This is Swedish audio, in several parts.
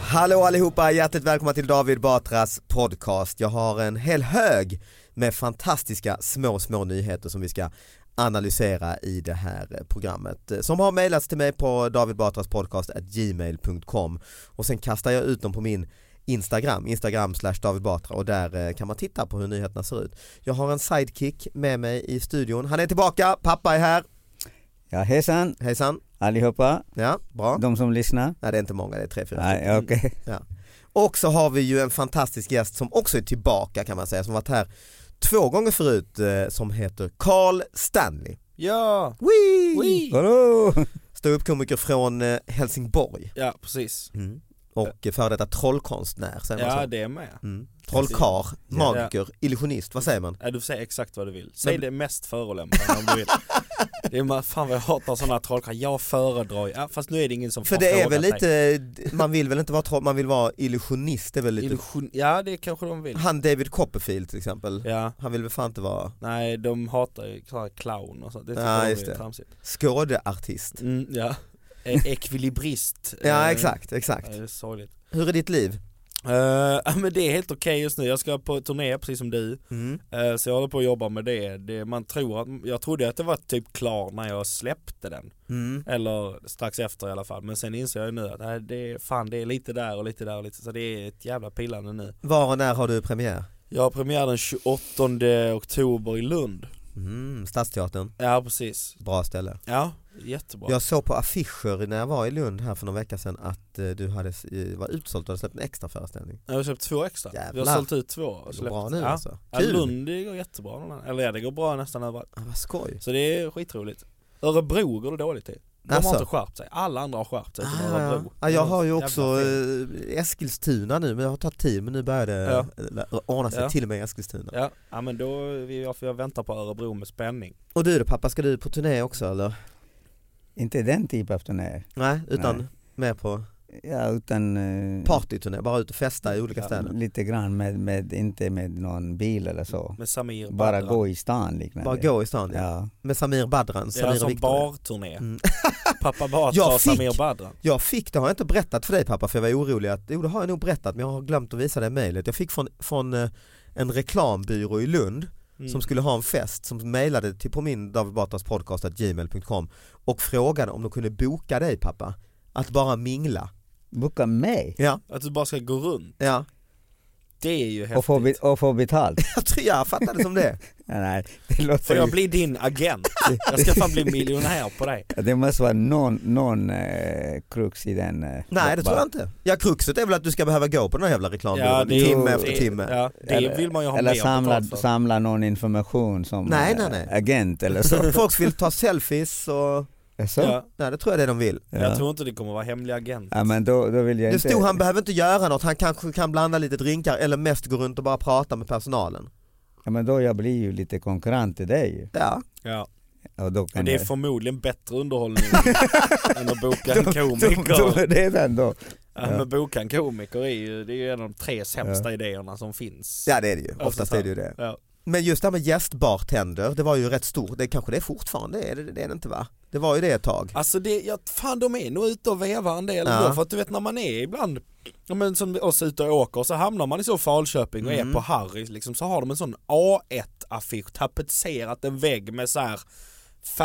Hallå allihopa, hjärtligt välkomna till David Batras podcast. Jag har en hel hög med fantastiska små, små nyheter som vi ska analysera i det här programmet eh, som har mejlats till mig på davidbatraspodcast.gmail.com och sen kastar jag ut dem på min Instagram, Instagram slash David Batra och där eh, kan man titta på hur nyheterna ser ut. Jag har en sidekick med mig i studion. Han är tillbaka, pappa är här. Ja hejsan, Hejsan. allihopa, Ja, bra. de som lyssnar. Nej det är inte många, det är tre, fyra stycken. Nej, okej. Ja. Och så har vi ju en fantastisk gäst som också är tillbaka kan man säga, som varit här två gånger förut eh, som heter Carl Stanley. Ja, Wee! Wee! Hallå! Ståuppkomiker från eh, Helsingborg ja precis. och eh, före detta trollkonstnär. Säger man Ja så? det är med. Mm. Trollkar, magiker, illusionist, vad säger man? Ja, du får säga exakt vad du vill. Säg det mest förolämpande om du vill. Det är ma- fan vad jag hatar sådana trollkarlar, jag föredrar ju- ja, fast nu är det ingen som För har det är frågat väl mig. lite, man vill väl inte vara troll, man vill vara illusionist, det är väl lite Illusion, ja det kanske de vill. Han David Copperfield till exempel, Ja, han vill väl fan inte vara nej de hatar ju såna här clown och sånt, det tycker Ja, de just är det. tramsigt. skådeartist. Mm, ja. Eh, Ekvilibrist. Ja Eh, exakt, exakt. ja, det är sorgligt. Hur är ditt liv? Eh, ja, men det är helt okej just nu, jag ska på turné precis som du. Mm. Eh, Så jag håller på att jobba med det. det man tror att, jag trodde att det var typ klar när jag släppte den. Mm. Eller strax efter i alla fall. Men sen inser jag ju nu att nej, det är, fan, det är lite där och lite där och lite så det är ett jävla pillande nu. Var och när har du premiär? Jag har premiär den 28 oktober i Lund. Mm, Stadsteatern, Ja precis. bra ställe. Ja, jättebra. Jag såg på affischer när jag var i Lund här för någon vecka sedan att eh, du hade, eh, var utsålt och hade släppt en extra föreställning. Jag har köpt två extra. Vi Jävlar. har sålt ut två. Det Och går släppt. bra nu ja. alltså. Ja, Kul! Lund det går jättebra. någon annan- Eller ja, det går bra nästan överallt. Ah, vad skoj. Så det är skitroligt. Örebro går det dåligt till. De Alltså? har inte skärpt sig. Alla andra har skärpt sig. utom Ah, ja. Örebro. ja, jag Det är har ju jävla också fel. eh, Eskilstuna nu men jag har tagit tid men nu börjar det ja. ordna sig Ja. till och med i Eskilstuna. Ja, ja men då, vi, jag, jag väntar på Örebro med spänning. Och du då pappa, ska du på turné också eller? Inte den typ av turné. Nej, utan Nej. mer på Ja, utan... eh, partyturné, bara ut och festa i olika städer. Lite grann, med, med, inte med någon bil eller så. Med Samir Bara Badran. gå i stan liknande. Bara gå i stan ja. Ja. Med Samir Badran, Det är Samir alltså och en Viktor. barturné. Mm. Pappa Batra Jag och fick- Samir Badran. Jag fick, det har jag inte berättat för dig pappa för jag var orolig att, jo det har jag nog berättat men jag har glömt att visa dig mejlet. Jag fick från, från eh, en reklambyrå i Lund Mm. som skulle ha en fest som mejlade till på min David Batras podcast att gmail.com och frågade om de kunde boka dig pappa. Att bara mingla. Boka mig Ja, Att du bara ska gå runt, ja. det är ju häftigt. och få, be, och få betalt. Jag tror jag fattade som det. nej, nej, det låter Får jag ju... bli din agent? Jag ska fan bli miljonär på dig. Det måste vara någon, någon eh, krux i den. Eh, Nej det tror jag inte. Ja kruxet är väl att du ska behöva gå på den här jävla reklambyrån är- timme efter det- timme. Ja, det Eller- vill man ju ha Eller mer samla, betalt för. samla någon information som Nej, eh, nej, nej. agent eller så. Folk vill ta selfies och Jaså? Ja. Nej det tror jag det de vill. Ja. Jag tror inte det kommer vara hemlig agent. ja men då, då vill jag Det inte... stod han behöver inte göra något, han kanske kan blanda lite drinkar eller mest gå runt och bara prata med personalen. Ja men då jag blir ju lite konkurrent till dig. Ja, Ja. Och då kan Och det är jag- förmodligen bättre underhållning än att boka en Då, komiker. då, det är den då. Ja, men boka en komiker är ju, det är ju en av de tre sämsta idéerna som finns. ja det är det ju, Alltså, oftast så är här. det ju det. Ja. Men just det här med gästbartender, det var ju rätt stort, det kanske det är fortfarande, det är det, det, är det inte va? Det var ju det ett tag. Alltså det, ja, fan de är nog ute och vevar en del Ja. ändå, för att du vet när man är ibland, ja, men som oss ute och åker, så hamnar man i så Falköping och Mm. är på Harrys liksom, så har de en sån A1-affisch tapetserat en vägg med så här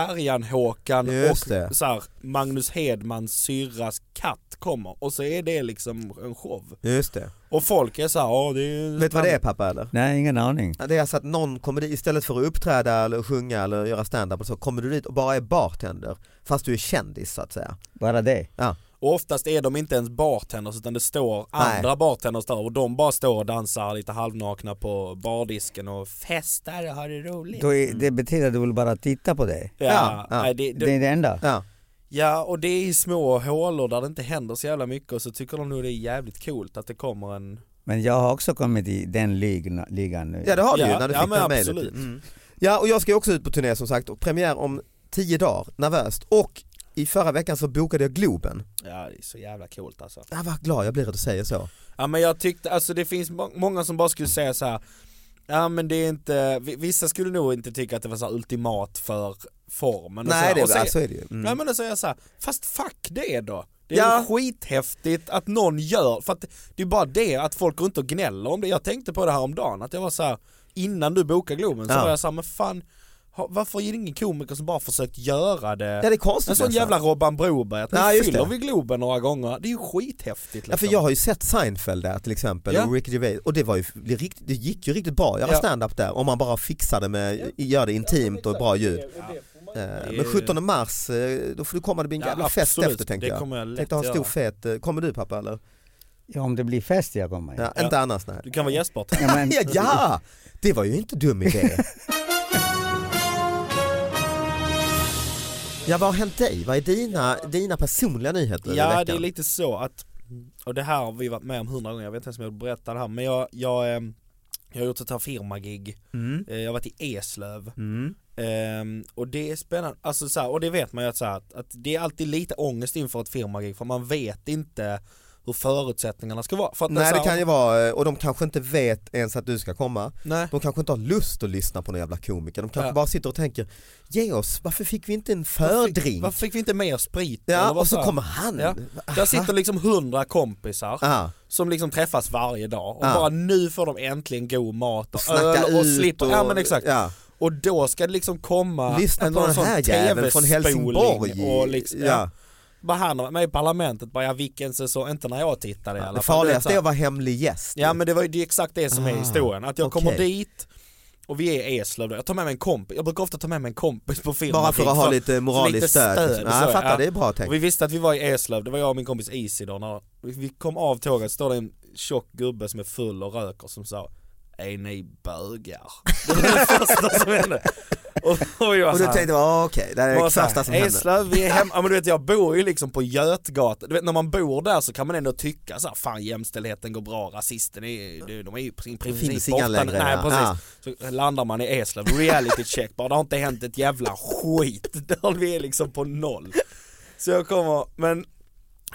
Färjan-Håkan Just och det. så här, Magnus Hedmans syrras katt kommer och så är det liksom en show. Just det. Och folk är så här, ja det är Vet du vad det är pappa eller? Nej ingen aning. Ja, Det är alltså att någon kommer dit, istället för att uppträda eller sjunga eller göra stand-up och så kommer du dit och bara är bartender fast du är kändis så att säga. Bara det. Ja. Och oftast är de inte ens bartenders utan det står Nej. andra bartenders där och de bara står och dansar lite halvnakna på bardisken och festar och har det roligt. Då är, det betyder att du vill bara titta på det. ja, Ja, ja. nej, Det, Det är det, det enda. Ja. ja, och det är i små hålor där det inte händer så jävla mycket och så tycker de nog det är jävligt coolt att det kommer en... Men jag har också kommit i den ligna, ligan nu. ja det har du ju Ja, när du ja, fick det men här mejlet. absolut. Mm. Ja och jag ska ju också ut på turné som sagt och premiär om tio dagar, nervöst. Och i förra veckan så bokade jag Globen. Ja, det är så jävla coolt alltså. Jag var glad jag blir att du säger så. Ja men jag tyckte, alltså det finns må- många som bara skulle säga så här. Ja men det är inte, vi- vissa skulle nog inte tycka att det var så här ultimat för formen och så Nej här. det är, och så, så, så är det ju. Mm. Nej men då säger jag så här, fast fuck det då. Det är Ja. ja. skithäftigt att någon gör, för att det är bara det att folk går inte och gnäller om det. Jag tänkte på det här om dagen att jag var så här, innan du bokade Globen så Ja. var jag så här, men fan, ha- varför är det ingen komiker som bara försökt göra det? Ja det är konstigt en sån nästan. jävla Robban Broberg, att nu Ja, just fyller det. vi Globen några gånger, det är ju skithäftigt Ja, liksom. för jag har ju sett Seinfeld där till exempel Ja. och Ricky Gervais och det, var ju, det, rikt, det gick ju riktigt bra att göra Ja. stand-up där om man bara fixar det med, gör det intimt och bra ljud. Eh, Men 17 mars, eh, då får du komma, det blir en Ja, jävla fest absolut. efter tänker Det jag. kommer jag lätt tänkte ha en stor göra. fet, eh, kommer du pappa eller? Ja, om det blir fest jag kommer. Ja, Ja. Inte annars nej. Du kan vara gästbart. Ja, men, Ja, ja, det var ju inte dum idé. ja vad har hänt dig? Vad är dina, dina personliga nyheter i Ja veckan? det är lite så att, och det här har vi varit med om hundra gånger, jag vet inte ens om jag berättar det här men jag, jag, ehm, jag har gjort ett här firmagig, Mm. Eh, jag har varit i Eslöv Mm. Ehm, och det är spännande, alltså så här, och det vet man ju att, så här, att- att det är alltid lite ångest inför ett firmagig för man vet inte hur förutsättningarna ska vara. För att Nej så det här, kan ju vara, eh, och de kanske inte vet ens att du ska komma. Nej. De kanske inte har lust att lyssna på någon jävla komiker, de kanske Ja. bara sitter och tänker ge oss, varför fick vi inte en Varför fördrink? fick, varför fick vi inte mer sprit? Eller Ja, vad och så här? kommer han. Ja. Där sitter liksom hundra kompisar Aha. som liksom träffas varje dag och Ja. bara nu får de äntligen god mat och, Snacka öl och ut slipper, och- ja men exakt. ja. Och då ska det liksom komma Lyssna på någon den sån här jäveln från TV-spoling Helsingborg. Och liksom, ja. Ja. Bara han var med i parlamentet, bara ja vilken säsong, inte när jag tittade i alla fall. Det Du vet, så farligaste här- är att vara hemlig gäst. Ja men det var ju det är exakt det som är Ah, historien, att jag okej. kommer dit och vi är i Eslöv då. jag tar med mig en kompis, jag brukar ofta ta med mig en kompis på firma Bara för att ha lite moraliskt stöd. typ. och Ja, jag så, fattar, det är bra tänkt. Och vi visste att vi var i Eslöv, det var jag och min kompis Isi då, när vi kom av tåget står det en tjock gubbe som är full och röker som sa Är ni bögar? Det var det första som hände Och, och jag och så då här- tänkte jag, "Ah, okej, det här är alltså, bara det så här, första som händer. Eslöv, vi är hemma, ja, men du vet jag bor ju liksom på Götgatan, du vet när man bor där så kan man ändå tycka så här, fan jämställdheten går bra, rasisten är, ju- du, de är ju i princip finns inga borta. längre, Nej ja. precis, så landar man i Eslöv, reality check bara, det har inte hänt ett jävla skit, där vi är liksom på noll. Så jag kommer, men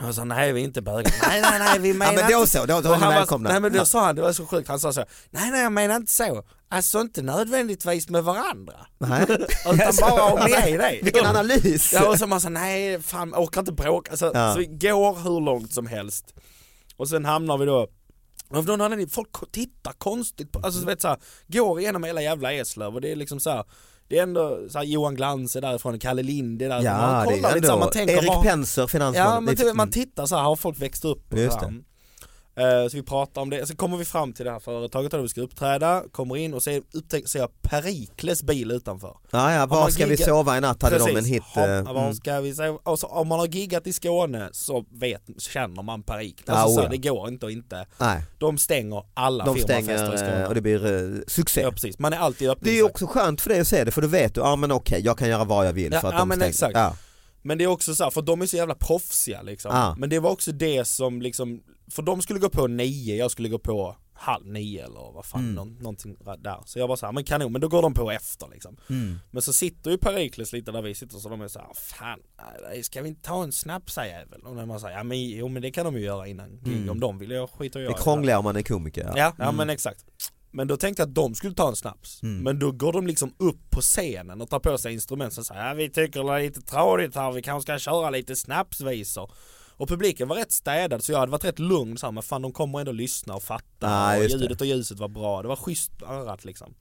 jag sa nej vi är inte bögar, nej nej nej vi menar men då inte så, då- då Och är ni han var- välkomna. Nej men då sa han, det var så sjukt, han sa så, nej nej jag menar inte så, alltså inte nödvändigtvis med varandra. Nej. Alltså, Utan bara om ni är det. Vilken analys! Ja och så man sa nej fan jag orkar inte bråka, alltså, Ja. så vi går hur långt som helst. Och sen hamnar vi då av någon anledning, folk tittar konstigt på, alltså du vet såhär, går igenom hela jävla Eslöv och det är liksom såhär det är ändå så här, Johan Glans är därifrån, Kalle Lind är därifrån, Ja, det lite är så här, ändå, Erik vad- Penser, finansman. Ja men Det- typ, man tittar så här, har folk växt upp och Just det. fram? Eh, Så vi pratar om det, så kommer vi fram till det här företaget där vi ska uppträda, kommer in och ser, upptäcker, ser jag Perikles bil utanför. ja, ja, var man ska vi giggat- sova i natt hade de en Precis. hit. Har- eh, var mm. ska vi säga? Alltså, om man har giggat i Skåne så vet, känner man Parik. Ja, Alltså, så här, oja. det går inte och inte. Nej, De stänger alla de firmafester i stänger Skåne. eh, och det blir eh, succé. ja, precis. Man är alltid öppen. Det är ju också skönt för dig att se det för då vet du, ja men okej jag kan göra vad jag vill Ja, för att ja, de men stänger. exakt. Ja. Men det är också så här, för de är så jävla proffsiga liksom. Ah. Men det var också det som liksom, för de skulle gå på nio, jag skulle gå på halv nio eller vad Mm. fan, någon, någonting där. Så jag bara så här, men kanon, men då går de på efter liksom. Mm. Men så sitter ju Perikles lite där vi sitter så de är så här, fan, nej, ska vi inte ta en snapsajävel? Och när man säger, ja men jo men det kan de ju göra innan gig om de vill, jag skiter jag Mm. Det är krångligare om man är komiker. ja. Mm. Ja, ja men exakt. Men då tänkte jag att de skulle ta en snaps. Men då går de liksom upp på scenen och tar på sig instrument så säger ja, vi tycker det är lite tråkigt här, vi kanske ska köra lite snapsvisor. Och publiken var rätt städad så jag hade varit rätt lugn så här, men fan de kommer ändå lyssna och fatta Ah, och just det. ljudet och ljuset var bra, det var schysst örat liksom.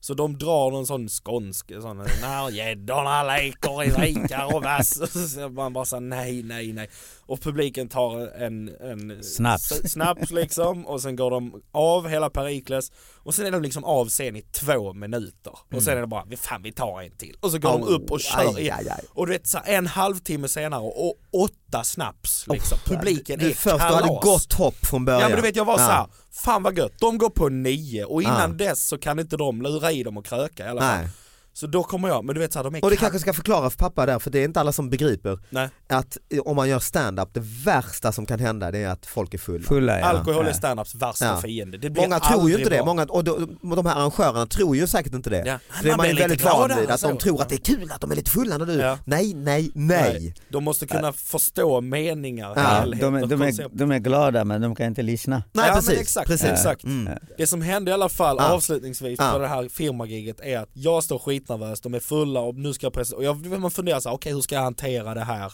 Så de drar någon sån skånsk, sån när gäddorna leker i vikar och vass. Så man bara såhär nej, nej, nej. Och publiken tar en, en Snaps. s- snaps liksom och sen går de av hela Perikles och sen är de liksom av scen i två minuter. Och sen är det bara, "Vi- fan vi tar en till. Och så går de Mm. Au, upp och kör aj, igen. aj, aj. Och du vet såhär en halvtimme senare och åtta snaps liksom. Publiken Du är först, du kalas. hade gott hopp från början. Ja men du vet jag var Ja. såhär, fan vad gött, de går på nio och innan Ah. dess så kan inte de lura i dem och kröka i alla fall. Nej. Så då kommer jag, men du vet såhär de är Och det kack- kanske ska förklara för pappa där, för det är inte alla som begriper Nej, att eh, om man gör stand-up, det värsta som kan hända det är att folk är fulla. Fulla ja. alkohol är ja. standups värsta Ja. fiende. Det blir Många tror ju aldrig inte det, bra. många, och de, de här arrangörerna tror ju säkert inte det. Ja. Det är Man man ju blir lite väldigt van gladare vid, att de så. tror att det är kul att de är lite fulla när du, Ja. nej, nej, nej. De måste kunna förstå meningar, Ja, Ja, helhet de, är, och de, koncept. är, de är glada men de kan inte lyssna. Nej, ja, precis, Men exakt, precis. exakt. Eh. Mm. Ah. Det som hände i alla fall Ja. avslutningsvis Ja. på det här firmagiget är att jag står skitnervös, de är fulla och nu ska jag pressa, och jag, man funderar så här, okej hur ska jag hantera det här?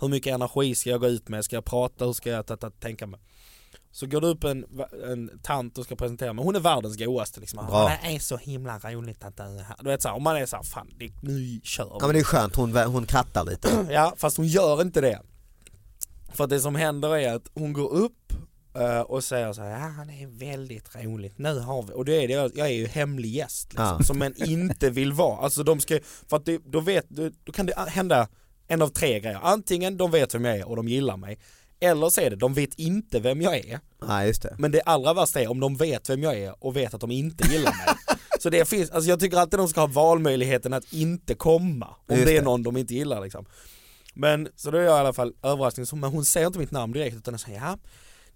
Hur mycket energi ska jag gå ut med? Ska jag prata? Hur ska jag ta, ta, tänka mig? Så går det upp en, en tant och ska presentera mig, hon är världens godaste liksom. Bra. Det är så himla roligt att du är här. Du vet såhär, om man är såhär, fan det, nu kör vi. Ja men det är skönt, hon, hon krattar lite. Ja, fast hon gör inte det. För att det som händer är att hon går upp eh, och säger så här, ja det är väldigt roligt, nu har vi, och det är det, jag är ju hemlig gäst liksom, Ja. som man inte vill vara. Alltså de ska, för att det, då vet, då då kan det hända en av tre grejer. Antingen de vet vem jag är och de gillar mig, eller så är det, de vet inte vem jag är, Nej just det. men det allra värsta är om de vet vem jag är och vet att de inte gillar mig. Så det finns, alltså jag tycker alltid de ska ha valmöjligheten att inte komma om Just det är det. någon de inte gillar liksom. Men så då är jag i alla fall överraskning, så- men hon säger inte mitt namn direkt utan hon säger ja,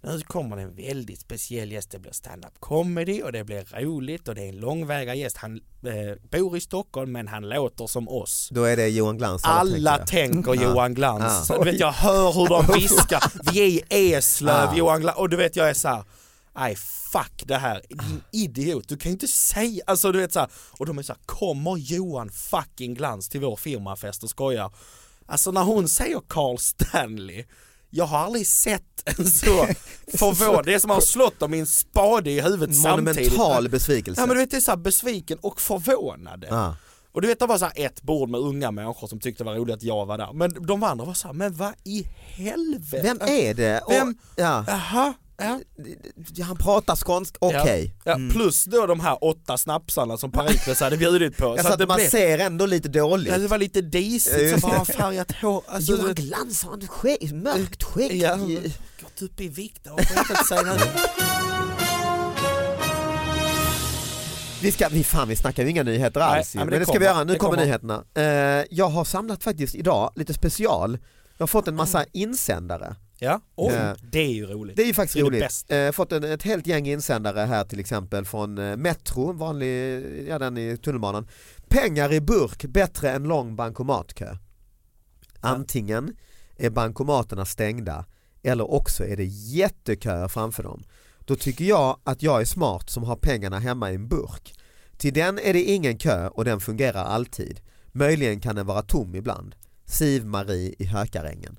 nu kommer det en väldigt speciell gäst, det blir stand-up comedy och det blir roligt och det är en långväga gäst, han eh, bor i Stockholm men han låter som oss. Då är det Johan Glans Alla tänker jag. tänker Johan Glans. Ja. Du vet jag hör hur de viskar, vi är i Eslöv Ja. Johan Glans, och du vet jag är såhär, nej fuck det här, din idiot, du kan ju inte säga, alltså du vet såhär, och de är såhär, kommer Johan fucking Glans till vår firmafest och skojar? Alltså när hon säger Carl Stanley, jag har aldrig sett en så förvånad, det är som att ha slått dem i en spade i huvudet samtidigt. Monumental besvikelse. Ja men du vet det är såhär besviken och förvånade. Ja. Och du vet det var så här ett bord med unga människor som tyckte det var roligt att jag var där. Men de andra var så här, men vad i helvete? Vem är det? Och- Vem- Ja. Jaha, ja. Han pratar skånsk, okej. Ja. Ja, Plus då de här åtta snapsarna som Perikles hade bjudit på. Alltså att man ser ändå lite dåligt. Ja, det var lite disigt, så Just bara färgat hår. Alltså, du Johan vet- Glans har en skägg, mörkt skägg. Ja, gått upp i vikt och skitit sig nu. Vi ska, vi fan vi snackar ju inga nyheter Nej, alls ju. nej, men, men det, det ska vi kommer. göra, nu Det kommer, kommer. nyheterna. Eh, jag har samlat faktiskt idag lite special, jag har fått en massa insändare. Ja, oj, Ja. det är ju roligt. Det är ju faktiskt Det är det roligt. bästa. Eh, fått en, ett helt gäng insändare här till exempel från eh, Metro, en vanlig, ja den i tunnelbanan. Pengar i burk bättre än lång bankomatkö. Antingen är bankomaterna stängda eller också är det jätteköer framför dem. Då tycker jag att jag är smart som har pengarna hemma i en burk. Till den är det ingen kö och den fungerar alltid. Möjligen kan den vara tom ibland. Siv-Marie i Hökarängen.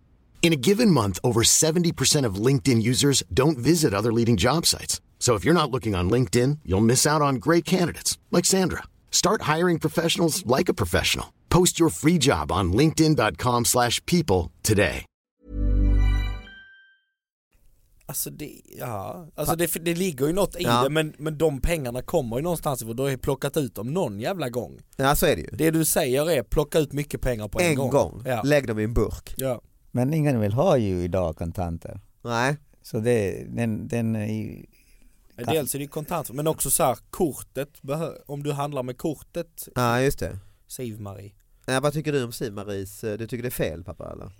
In a given month, over 70% of LinkedIn users don't visit other leading job sites. So if you're not looking on LinkedIn, you'll miss out on great candidates like Sandra. Start hiring professionals like a professional. Post your free job on linkedin.com slash people today. Alltså det, ja, alltså det, det ligger ju något i Ja. det men, men de pengarna kommer ju någonstans ifrån, du har ju plockat ut dem någon jävla gång. Ja så är det ju. Det du säger är plocka ut mycket pengar på en, En gång, Ja. lägg dem i en burk. Ja. Men ingen vill ha ju idag kontanter. Nej. Så det, den, den är ju... Dels är det ju kontant, men också så här, kortet, behö- om du handlar med kortet, Ja just det. Siv-Marie. Ja, vad tycker du om Siv-Maries, eh, du tycker det är fel pappa eller?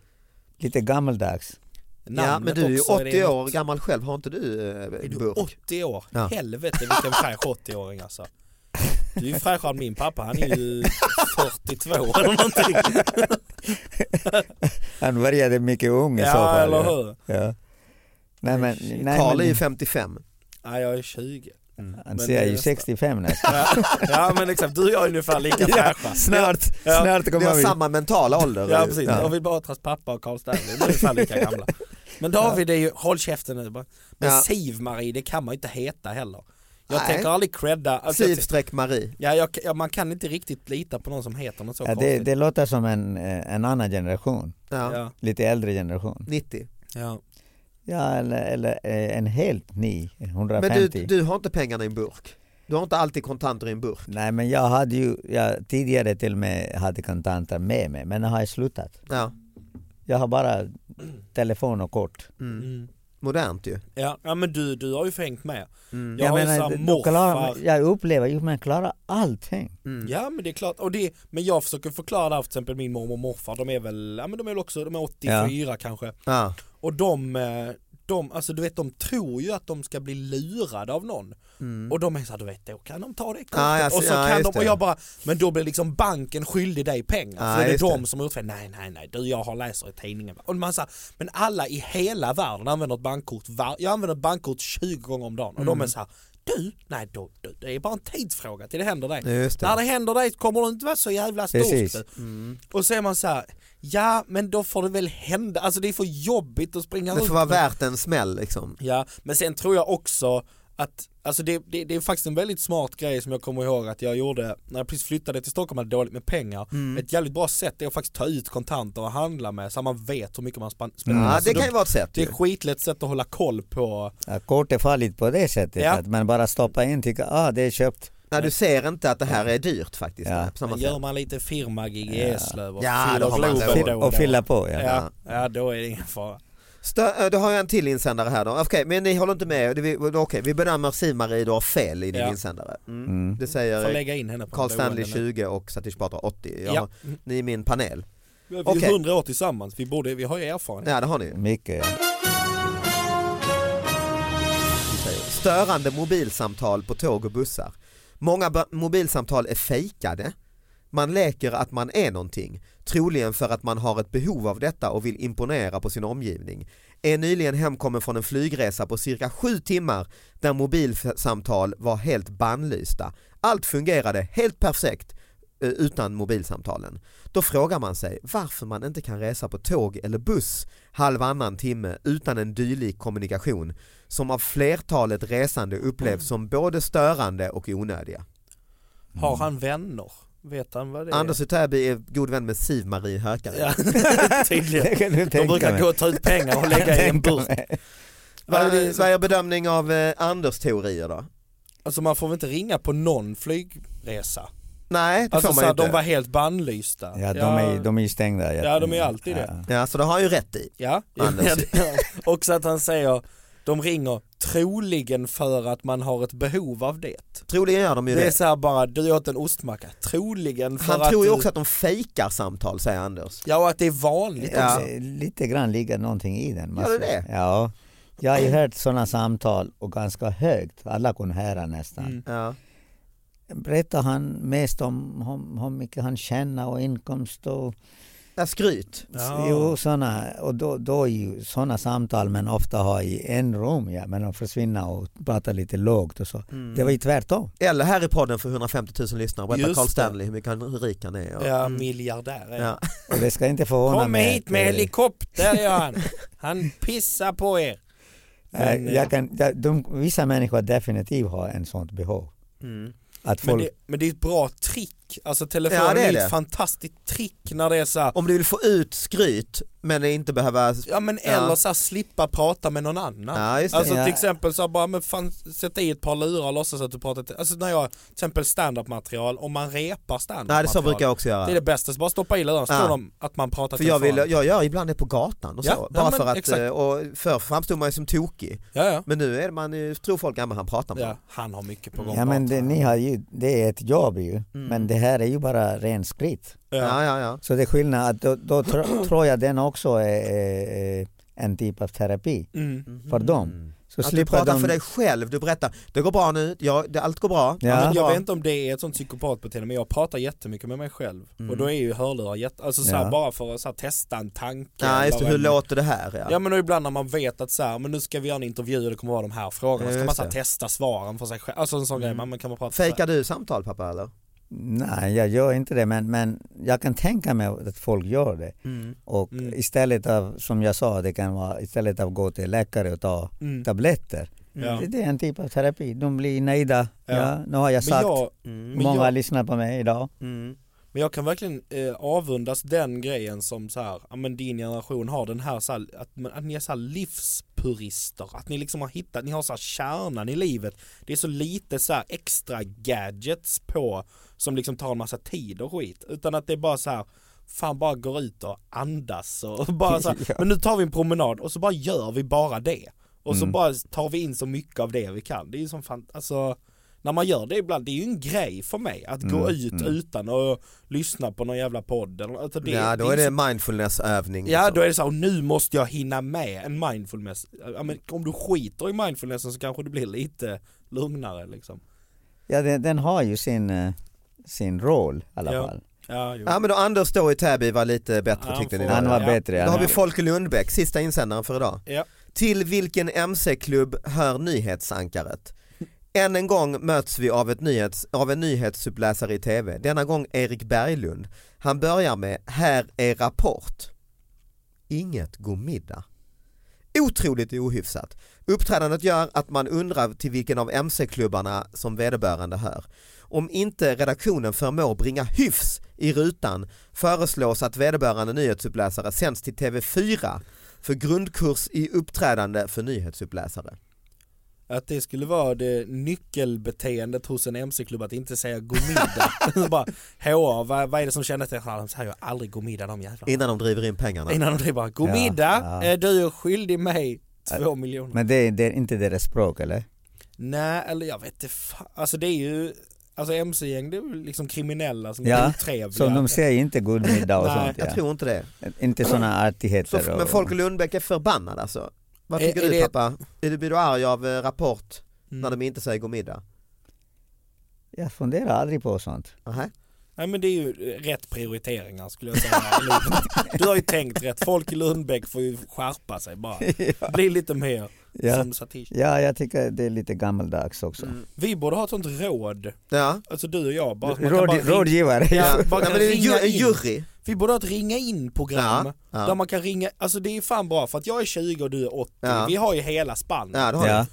Lite gammaldags. ja men Namnet du är ju också, är 80 det år något? gammal själv, har inte du eh, burk? Är Du är 80 år, Ja. helvete vilken fräsch 80-åring alltså. Du är ju fräschare än min pappa, han är ju 42 eller någonting. Han började mycket ung i Ja, så fall. eller ja. Ja. Nej, men, nej, Karl men, är ju 55. Nej jag är 20. Mm. Han Men ser det är ju nästan- 65 nästan. Ja, ja men exakt, du och jag är ungefär lika Ja, fräscha. snart, Ja. snart Vi kommer har vi. samma mentala ålder. Ja precis, Ja. David Batras pappa och Karl Stanley, de är ungefär lika gamla. Men David är ju, håll käften nu bara. Men Ja. Siv-Marie det kan man ju inte heta heller. Jag Nej. tänker aldrig credda, alltså, jag- Siv-Marie. ja, jag, ja, man kan inte riktigt lita på någon som heter något så Ja, det, konstigt. det låter som en, eh, en annan generation. Ja. Ja. Lite äldre generation. 90. Ja. Ja, eller, eller eh, en helt ny, Men 150. du, du har inte pengarna i en burk? Du har inte alltid kontanter i en burk? Nej, men jag hade ju, jag tidigare till och med hade kontanter med mig, men nu har jag slutat. Ja, Jag har bara telefon och kort. Mm. modernt ju. Ja, ja men du, du har ju fängt med. Jag, Jag, har ju menar, såhär då klarar- morfar. jag upplever ju, man klarar allting. Ja men det är klart, och det, men jag försöker förklara det här för till exempel min mormor och morfar, de är väl, ja men de är väl också, de är 84 kanske. Ja. Och de, eh, de, alltså du vet de tror ju att de ska bli lurade av någon. Och de är såhär, du vet då kan de ta det kortet. Mm. Ah, Ja, jag ser- och så ja, kan just de, och det. jag bara, men då blir liksom banken skyldig dig pengar. Ja, för det är just de det. som har gjort fel. Nej nej nej, du jag har läser i tidningen. Och man säger, men alla i hela världen använder ett bankkort, var, jag använder ett bankkort 20 gånger om dagen. Och Mm. de är såhär, du, nej då, du, det är bara en tidsfråga till det händer dig. Just det. När det händer dig kommer det inte vara så jävla stort. Precis. du. Och så är man så här, ja men då får det väl hända, alltså det är för jobbigt att springa Det runt får vara med- värt en smäll liksom. Ja, men sen tror jag också att Alltså det, det, det är faktiskt en väldigt smart grej som jag kommer ihåg att jag gjorde när jag precis flyttade till Stockholm och hade dåligt med pengar. Ett jävligt bra sätt är att faktiskt ta ut kontanter och handla med så att man vet hur mycket man span- spenderar. Ja, Alltså det då- kan ju vara ett sätt det är ju. ett skitlätt sätt att hålla koll på. Ja, Kort är farligt på det sättet, Ja. att man bara stoppar in och tycker ah, det är köpt. Nej, du ser inte att det här är dyrt faktiskt. Ja. nej, På samma Gör sätt. man lite firmagig i Eslöv och Ja, fyller då har man Globen råd. då Och fylla på ja. Ja, ja, då är det ingen fara. Stö- eh, då har jag en till insändare här då. Okej, men ni håller inte med. Det- vi- Okej, vi bedömer Siv-Marie, du har fel i din Ja. insändare. Mm. Mm. Det Får säger eh, lägga in henne på Carl en Stanley boende nu. 20 och Satish Batra 80. Jag Ja. har, ni är min panel. Vi är Okej. 100 år tillsammans, vi, borde, vi har ju erfarenhet. Ja, det har ni ju. Mycket ja. Störande mobilsamtal på tåg och bussar. Många ba- mobilsamtal är fejkade. Man leker att man är någonting, troligen för att man har ett behov av detta och vill imponera på sin omgivning. Är nyligen hemkommen från en flygresa på cirka sju timmar där mobilsamtal var helt bannlysta. Allt fungerade helt perfekt eh, utan mobilsamtalen. Då frågar man sig varför man inte kan resa på tåg eller buss halvannan timme utan en dylik kommunikation som av flertalet resande upplevs som både störande och onödiga. Har han vänner? Vet han vad det är? Anders Utäby är god vän med Siv-Marie Hökare. Ja, Det tydligen. kan du De tänka brukar mig. gå och ta ut pengar och lägga i en Tänka burk. mig. Vad, är, vad är er bedömning av eh, Anders teorier då? Alltså man får väl inte ringa på någon flygresa? Nej, det Alltså får man så ju här, inte. de var helt bannlysta. Ja, de är, de är ju stängda. Ja, de är ju alltid det. Ja, så det har han ju rätt i. ja. Anders. Ja, Också att han säger, de ringer troligen för att man har ett behov av det. Troligen gör de ju Det är det. så här bara, du åt en ostmacka, troligen för Han att tror ju du... också att de fejkar samtal, säger Anders. Ja och att det är vanligt Ja. också. Eh, Lite grann ligger någonting i den. måste Gör det jag säga. Ja. Jag har ju hört sådana samtal och ganska högt. Alla kunde höra nästan. Mm. Ja. Berättar han mest om hur, hur mycket han tjänar och inkomst och Ja, skryt. Jo, sådana, och då, då är ju sådana samtal man ofta har i en rum, ja, men de försvinner och pratar lite lågt och så. Mm. Det var ju tvärtom. Eller här i podden för 150 000 lyssnare, berätta Just Carl det. Stanley hur mycket han, hur rik han är. och- Ja, miljardär är han. Och det ska inte förvåna Kom mig. hit att, med eh, helikopter gör han. Han pissar på er. Men, eh, eh, jag kan, jag, de, vissa människor definitivt har en sånt behov. Mm. Att Men, folk, det, men det är ett bra trick. Alltså telefonen Ja, det är är, det. ett fantastiskt trick när det är så här, Om du vill få ut skryt men inte behöva... Ja men eller så här, slippa prata med någon annan. Ja, just det. alltså Ja. till exempel så här, bara, men fan, sätta i ett par lurar och låtsas att du pratar till, alltså när jag, till exempel stand-up material, om man repar stand-up Nej, det så brukar jag också göra. Det är det bästa, så bara stoppa i lurarna, så Ja. tror de att man pratar För jag, vill, telefonen. jag gör ibland det på gatan och så, Ja, ja, bara men för att, exakt. eh, och förr framstod man ju som tokig. Ja, ja. Men nu är man ju, tror folk, ja men han pratar med Ja, han har mycket på gång. ja men det, ni har ju, det är ett jobb ju, men det här är ju bara ren skryt. Ja, ja, ja. Så det är skillnad, att då, då tro, tror jag den också är, är, är en typ av terapi Mm. för dem. Så Att du slipper pratar de... för dig själv, du berättar, det går bra nu, ja, det, allt går bra. Ja. allt Men jag går bra. vet inte om det är ett sånt psykopatbeteende men jag pratar jättemycket med mig själv Mm. och då är ju hörlurar jätte, alltså så här, Ja. bara för att så här, testa en tanke Nej, just det, eller hur en- låter det här? Ja. Ja men och ibland när man vet att så här, men nu ska vi göra en intervju och det kommer vara de här frågorna, så Just kan man så här, det. Mm. testa svaren för sig själv, alltså en sån grej, man man kan bara prata så här. Fejkar du samtal pappa eller? Nej, jag gör inte det, men, men jag kan tänka mig att folk gör det. Mm. Och istället av, som jag sa, det kan vara istället av att gå till läkare och ta Mm. tabletter. Ja. Det, det är en typ av terapi. De blir nöjda. Ja. nu har jag Men sagt. jag- Mm. men Många jag- Mm. lyssnar på mig idag. Men jag kan verkligen eh, avundas den grejen som så här, ja men din generation har den här, så här att, man- att ni är så här livspurister, att ni liksom har hittat, ni har så här kärnan i livet. Det är så lite så här extra gadgets på som liksom tar en massa tid och skit, utan att det är bara så här Fan bara går ut och andas och bara så här, Ja. men nu tar vi en promenad och så bara gör vi bara det. Och så Mm. bara tar vi in så mycket av det vi kan. Det är ju som fan, alltså när man gör det ibland, det är ju en grej för mig att gå Mm, ut mm. utan att lyssna på någon jävla podd eller alltså det, ja, då ju är det så- mindfulnessövning. Ja liksom. då är det så här, och nu måste jag hinna med en mindfulness, ja, men om du skiter i mindfulnessen så kanske det blir lite lugnare liksom Ja, den, den har ju sin, eh, sin roll i alla Ja. fall. Ja, jo. Ja men då Anders då i Täby var lite bättre Han tyckte ni? får- var Han det? var bättre, Då ja. har vi Folke Lundbäck, sista insändaren för idag. Ja. Till vilken MC-klubb hör nyhetsankaret? Än en gång möts vi av, ett nyhets, av en nyhetsuppläsare i TV, denna gång Erik Berglund. Han börjar med “Här är Rapport”. Inget god middag. Otroligt ohyfsat. Uppträdandet gör att man undrar till vilken av MC-klubbarna som vederbörande hör. Om inte redaktionen förmår bringa hyfs i rutan föreslås att vederbörande nyhetsuppläsare sänds till TV4 för grundkurs i uppträdande för nyhetsuppläsare. Att det skulle vara det nyckelbeteendet hos en MC-klubb att inte säga god middag bara, HR, vad, vad är det som kännetecknar dem? Så här, jag har aldrig god middag de jävlarna Innan de driver in pengarna. Innan de driver god Ja, middag, ja. eh, du är skyldig mig två miljoner Men det, det är inte deras språk eller? Nej, eller jag vet inte fan. Alltså det är ju, alltså MC-gäng det är väl liksom kriminella som är Ja, otrevliga. så de säger inte god middag och Nej, sånt. Ja. Jag tror inte det. Inte sådana Så, artigheter. men och- Folke Lundbäck är förbannad alltså. Vad Är- tycker är du det- pappa? Är du, blir du arg av eh, Rapport när de inte säger god middag? Jag funderar aldrig på sånt. Aha. Nej men det är ju eh, rätt prioriteringar skulle jag säga. Eller- du har ju tänkt rätt, folk i Lundbäck får ju skärpa sig bara. Bli lite mer Ja. som Satish. Ja, jag tycker det är lite gammaldags också. Vi borde ha ett sånt råd. Ja. Alltså du och jag. Bara, att man kan Råd, bara ringa- rådgivare. Ja, Ja, bara men kan det är ju- ringa en in. jury. Vi borde ha ett ringa in program Ja, ja. där man kan ringa, alltså det är fan bra för att jag är 20 och du är 80, Ja. vi har ju hela spannet. Ja, det har Ja.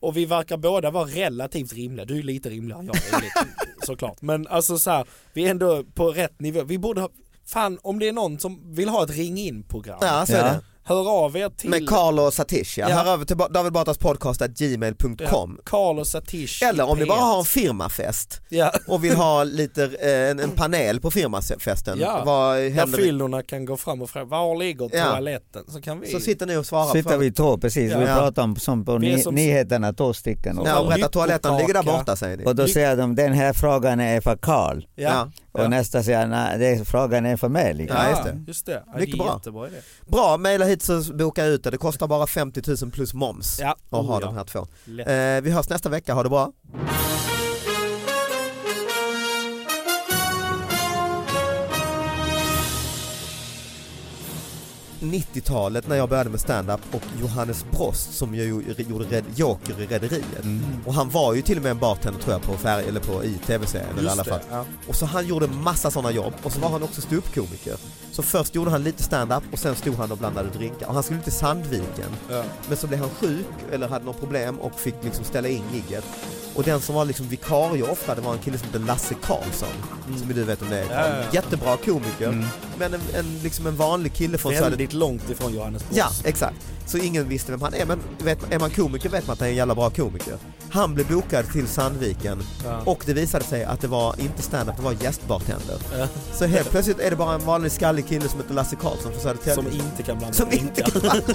Och vi verkar båda vara relativt rimliga, du är lite rimligare än jag är lite, såklart. Men alltså så här, vi är ändå på rätt nivå. Vi borde ha, fan om det är någon som vill ha ett ring in program, Ja, så är det. hör av er du. till Med Carl och Satish ja. Ja. Hör över till ba- David Batras podcast at gmail.com. Carl och Satish Eller om i ni bara P1. har en firmafest Ja. och vill ha lite, eh, en, en panel på firmafesten. Ja, Vad där händer? fyllorna kan gå fram och fråga var ligger Ja. toaletten? Så kan vi Så sitter ni och svarar Sitter för vi två, precis. Ja. Vi pratar om som på Vi är ni, som- nyheterna, två stycken. Och, Ja, och berätta Lyckokaka. toaletten ligger där borta säger ni. och då säger de den här frågan är för Karl. Ja. Och nästa säger nej, det, frågan är för mig. Liksom. Ja, just det. Just det, ja, det Mycket är bra. jättebra idé. Bra, mejla hit så bokar jag ut det. Det kostar bara 50 000 plus moms Ja. att ha Oh, ja. de här två. Lätt. Eh, vi hörs nästa vecka, ha det bra. 90-talet när jag började med stand-up och Johannes Brost som ju gjorde red, Joker i Rederiet. Mm. Och han var ju till och med en bartender tror jag på färg, eller på i tv-serien i Just alla det, fall. Och så han gjorde massa sådana jobb och så var han också ståuppkomiker. Så först gjorde han lite stand-up och sen stod han och blandade drinkar. Och han skulle till Sandviken. Men så blev han sjuk eller hade något problem och fick liksom ställa in gigget. Och den som var liksom vikarie ofta det var en kille som hette Lasse Karlsson. Som du vet om det är. Mm. Ja, ja, ja. Jättebra komiker. Mm. Men en, en, liksom en vanlig kille från Söder. Väldigt långt ifrån Johannes Brost. Ja, exakt. Så ingen visste vem han är, men vet, är man komiker vet man att han är en jävla bra komiker. Han blev bokad till Sandviken Ja. och det visade sig att det var inte stand-up, det var gästbartender. Ja. Så helt plötsligt är det bara en vanlig skallig kille som heter Lasse Karlsson från Södertälje. Som inte kan blanda Som inte kan blanda.